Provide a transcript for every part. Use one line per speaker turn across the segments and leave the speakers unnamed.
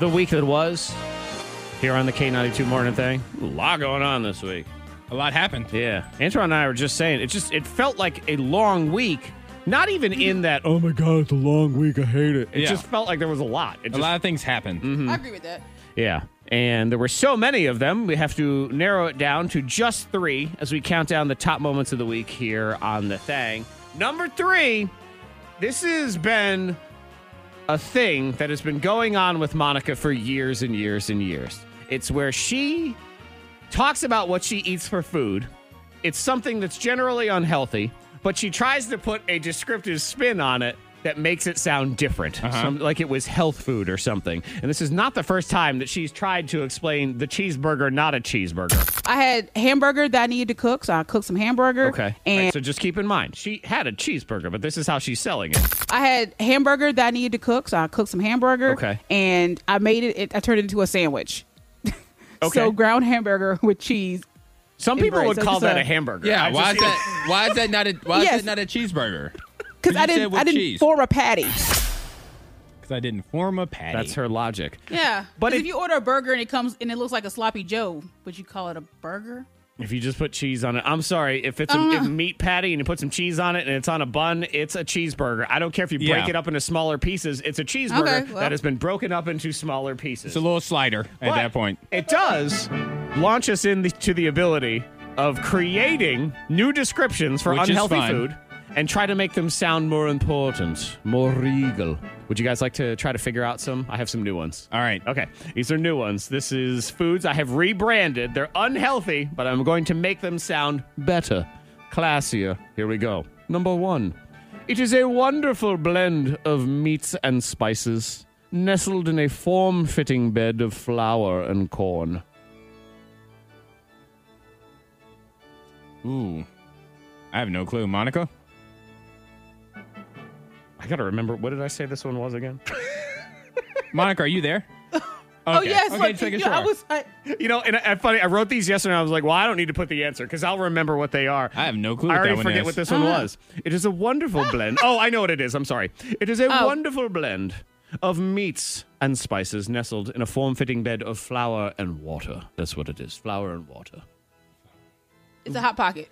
the week that was here on the K92 Morning Thing. A lot going on this week.
A lot happened.
Yeah. Antoine and I were just saying, it just it felt like a long week. Not even in that, oh my God, it's a long week. I hate it. It
Yeah.
just felt like there was a lot. It
A
just-
lot of things happened.
I agree with that.
Yeah. And there were so many of them, we have to narrow it down to just three as we count down the top moments of the week here on The Thing. Number three, this has been a thing that has been going on with Monica for years and years and years. It's where she talks about what she eats for food. It's something that's generally unhealthy, but she tries to put a descriptive spin on it that makes it sound different,
Uh-huh.
Some, like it was health food or something. And this is not the first time that she's tried to explain the cheeseburger not a cheeseburger.
I had hamburger that I needed to cook, so I cooked some hamburger. And
Right, so just keep in mind, she had a cheeseburger, but this is how she's selling it.
I had hamburger that I needed to cook, so I cooked some hamburger.
Okay.
And I made it, it I turned it into a sandwich.
Okay.
So ground hamburger with cheese.
Some people
Embrace,
would
so
call
just
that
a-
a hamburger.
Yeah,
I've
why
just
is
seen-
that? Why is that not a? Why
Yes.
is that not a cheeseburger?
Because I
You said
didn't,
with
I didn't
cheese.
form a patty.
Because I didn't form a patty.
That's her logic.
Yeah,
But
but
it-
if you order a burger and it comes and it looks like a sloppy Joe, would you call it a burger?
If you just put cheese on it, I'm sorry. If it's a
Um,
if meat patty and you put some cheese on it and it's on a bun, it's a cheeseburger. I don't care if you break
Yeah.
it up into smaller pieces. It's a cheeseburger
Okay, well.
that has been broken up into smaller pieces.
It's a little slider at
But
that point.
It does launch us into to the ability of creating new descriptions for
Which is
unhealthy
fine.
food and try to make them sound more important, more regal. Would you guys like to try to figure out some? I have some new ones.
All right.
Okay, these are new ones. This is foods I have rebranded. They're unhealthy, but I'm going to make them sound better, classier. Here we go. Number one it is a wonderful blend of meats and spices, nestled in a form fitting bed of flour and corn.
Ooh, I have no clue, Monica.
I gotta remember, what did I say this one was again?
Monica, are you there?
Oh yes,
Okay,
look,
just making
you know, I
sure.
was. I,
you know, and, I- and funny, I wrote these yesterday and I was like, well, I don't need to put the answer because I'll remember what they are.
I have no clue
I
what that
already
one
forget
is.
what this one was. It is a wonderful blend. Oh, I know what it is. I'm sorry. It is a wonderful blend of meats and spices nestled in a form fitting bed of flour and water. That's what it is flour and water.
it's a hot pocket.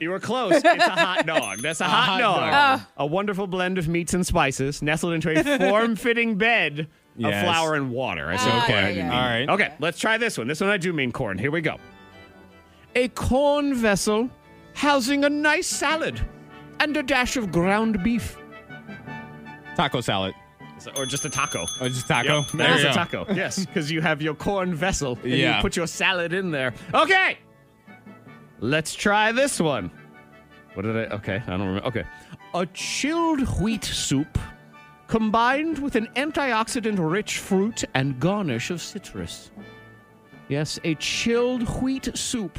You were close. It's a hot dog. That's a, hot,
hot
dog.
dog.
A wonderful blend of meats and spices nestled into a form fitting bed of
Yes.
flour and water. I see
Ah,
what
Okay.
I
yeah, yeah.
mean.
All right.
Okay, let's try this one. This one I do mean corn. Here we go. A corn vessel housing a nice salad and a dash of ground beef.
Taco salad.
Or just a taco.
Oh, just taco.
Yep,
There
that is
you
a
go.
taco. Yes, because you have your corn vessel and you
Yeah.
put your salad in there. Okay, let's try this one. What did I? Okay, I don't remember. Okay, a chilled wheat soup combined with an antioxidant-rich fruit and garnish of citrus. Yes, a chilled wheat soup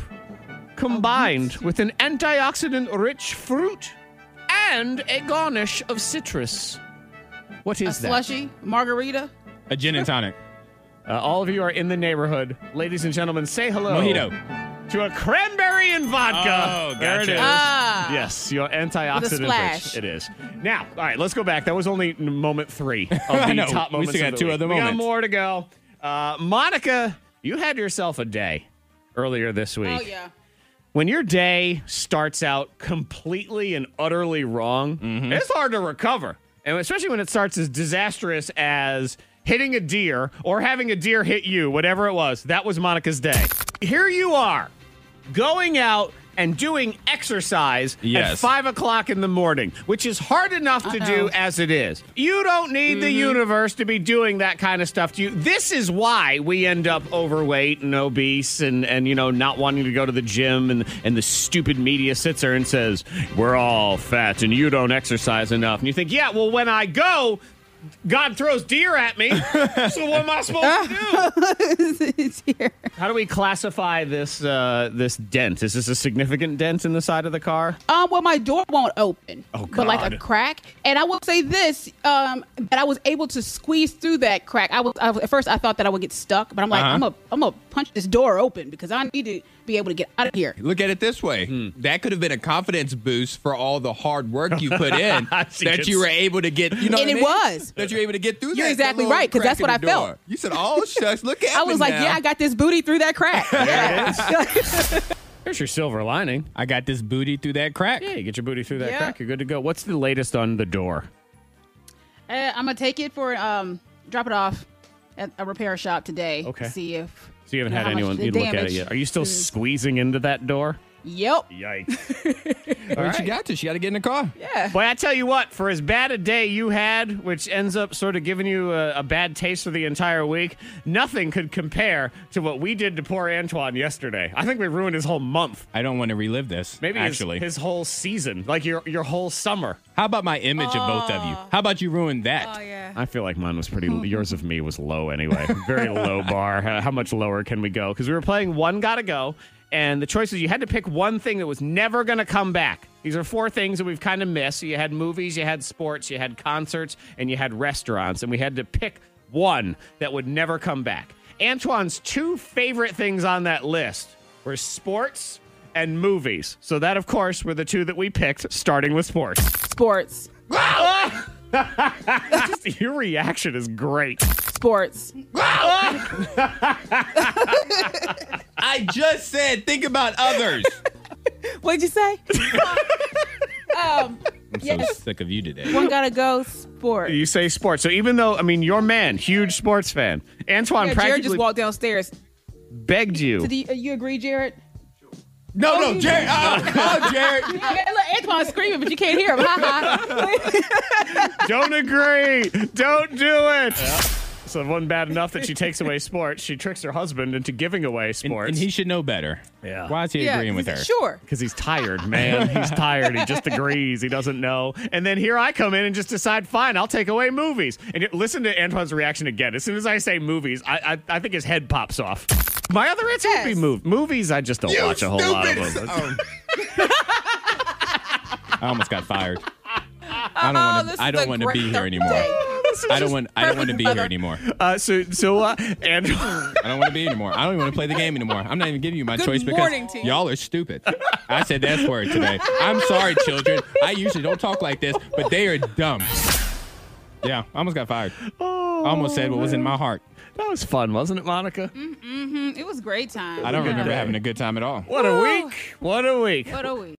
combined with an antioxidant-rich fruit and a garnish of citrus. What
A
is that?
slushy margarita.
A gin and tonic.
Uh, all of you are in the neighborhood. Ladies and gentlemen, say
Oh.
hello
Mojito.
to a cranberry and vodka.
Oh,
There it
gotcha.
is.
Ah.
yes, your antioxidant.
splash.
rich. It is. Now, all right, let's go back. That was only n- moment three of the
know.
top
We
moments.
still
of
got
the
two
week.
other
We got
moments.
more to go. Uh, Monica, you had yourself a day earlier this week.
Oh yeah.
When your day starts out completely and utterly wrong, it's hard to recover. And especially when it starts as disastrous as hitting a deer or having a deer hit you, whatever it was. That was Monica's day. Here you are going out and doing exercise at
Yes.
five o'clock in the morning, which is hard enough to do
Uh-oh.
as it is. You don't need the universe to be doing that kind of stuff to you. This is why we end up overweight and obese and, and you know, not wanting to go to the gym and, and the stupid media sits there and says, We're all fat and you don't exercise enough. And you think, Yeah, well, when I go, God throws deer at me. so what am I supposed to do?
it's here.
How do we classify this uh, this dent? Is this a significant dent in the side of the car?
Um, well, my door won't open,
Oh,
but like a
God.
crack. And I will say this: um, that I was able to squeeze through that crack. I was I, was- at first I thought that I would get stuck, but I'm like,
Uh-huh.
I'm a I'm gonna punch this door open because I need to be able to get out of here.
Look at it this way. That could have been a confidence boost for all the hard work you put in
She
that
gets-
you were able to get. You know, what
and
I
it
mean?
was. shucks.
that you're able to get through.
You're
that
exactly
little
right, 'cause
crack
that's what
in the
I
door.
felt.
You said, "Oh shucks, look at
I
me
was like,
now."
yeah, I got this booty through that crack.
There's your silver lining.
I got this booty through that crack.
Yeah, you get your booty through that
Yeah.
crack. You're good to go. What's the latest on the door?
Uh, I'm gonna take it for um, drop it off at a repair shop today.
Okay.
See if.
So you haven't
know
had
how much
anyone
the
you look at it
damage Mm.
yet. Are you still
is.
squeezing into that door?
Yep.
Yikes.
All right. She got to. She got to get in the car.
Yeah.
Boy, I tell you what, for as bad a day you had, which ends up sort of giving you a, a bad taste for the entire week, nothing could compare to what we did to poor Antoine yesterday. I think we ruined his whole month.
I don't want to relive this.
Maybe his-
actually,
his, whole season, like your your whole summer.
how about my image of both of you? How about you ruin that?
Oh. yeah.
I feel like mine was pretty. yours of me was low anyway. Very low bar. How how much lower can we go? Because we were playing one gotta go, and the choices you had to pick one thing that was never gonna come back. These are four things that we've kind of missed. So you had movies, you had sports, you had concerts, and you had restaurants, and we had to pick one that would never come back. Antoine's two favorite things on that list were sports and movies. So that, of course, were the two that we picked, starting with sports.
Sports.
Your reaction is great.
Sports.
I just said, think about others.
What'd you say? um,
I'm so
Yes.
sick of you today.
one gotta go. Sports.
You say sports. So even though, I mean, your man, huge sports fan. Antoine
Yeah, Jared
practically
just walked downstairs.
begged you.
Do you, uh, you agree, Jared?
No,
Oh,
no,
you-
Jared. Oh, oh, Jared.
Yeah, yeah, look, Antoine's screaming, but you can't hear him. Ha ha.
Don't agree. Don't do it. So one bad enough that she takes away sports, she tricks her husband into giving away
And,
sports.
and he should know better.
Yeah.
Why is he
Yeah,
agreeing with her?
Sure.
because he's tired, man. He's tired. He just agrees. He doesn't know. And then here I come in and just decide, fine, I'll take away movies. And it- listen to Antoine's reaction again. As soon as I say movies, I I, I think his head pops off. My other answer would
Yes.
be mov- movies. I just don't
You
watch a whole lot of them.
stupid- I almost got fired. I
Oh,
don't want
this
to. I
is
don't
a
want to
great
be here anymore.
day.
This is
I don't
just-
want. I don't want to be here anymore.
Uh, so so uh, Antoine.
I don't want to be anymore. I don't even want to play the game anymore. I'm not even giving you my
Good
choice
morning
because
to you.
y'all are stupid. I said that's word today. I'm sorry, children. I usually don't talk like this, but they are dumb. Yeah, I almost got fired. almost said what was in my heart.
oh, That was fun, wasn't it, Monica?
Mm, It was great time.
I don't
Yeah.
remember having a good time at all.
What a week! What a week!
What are we?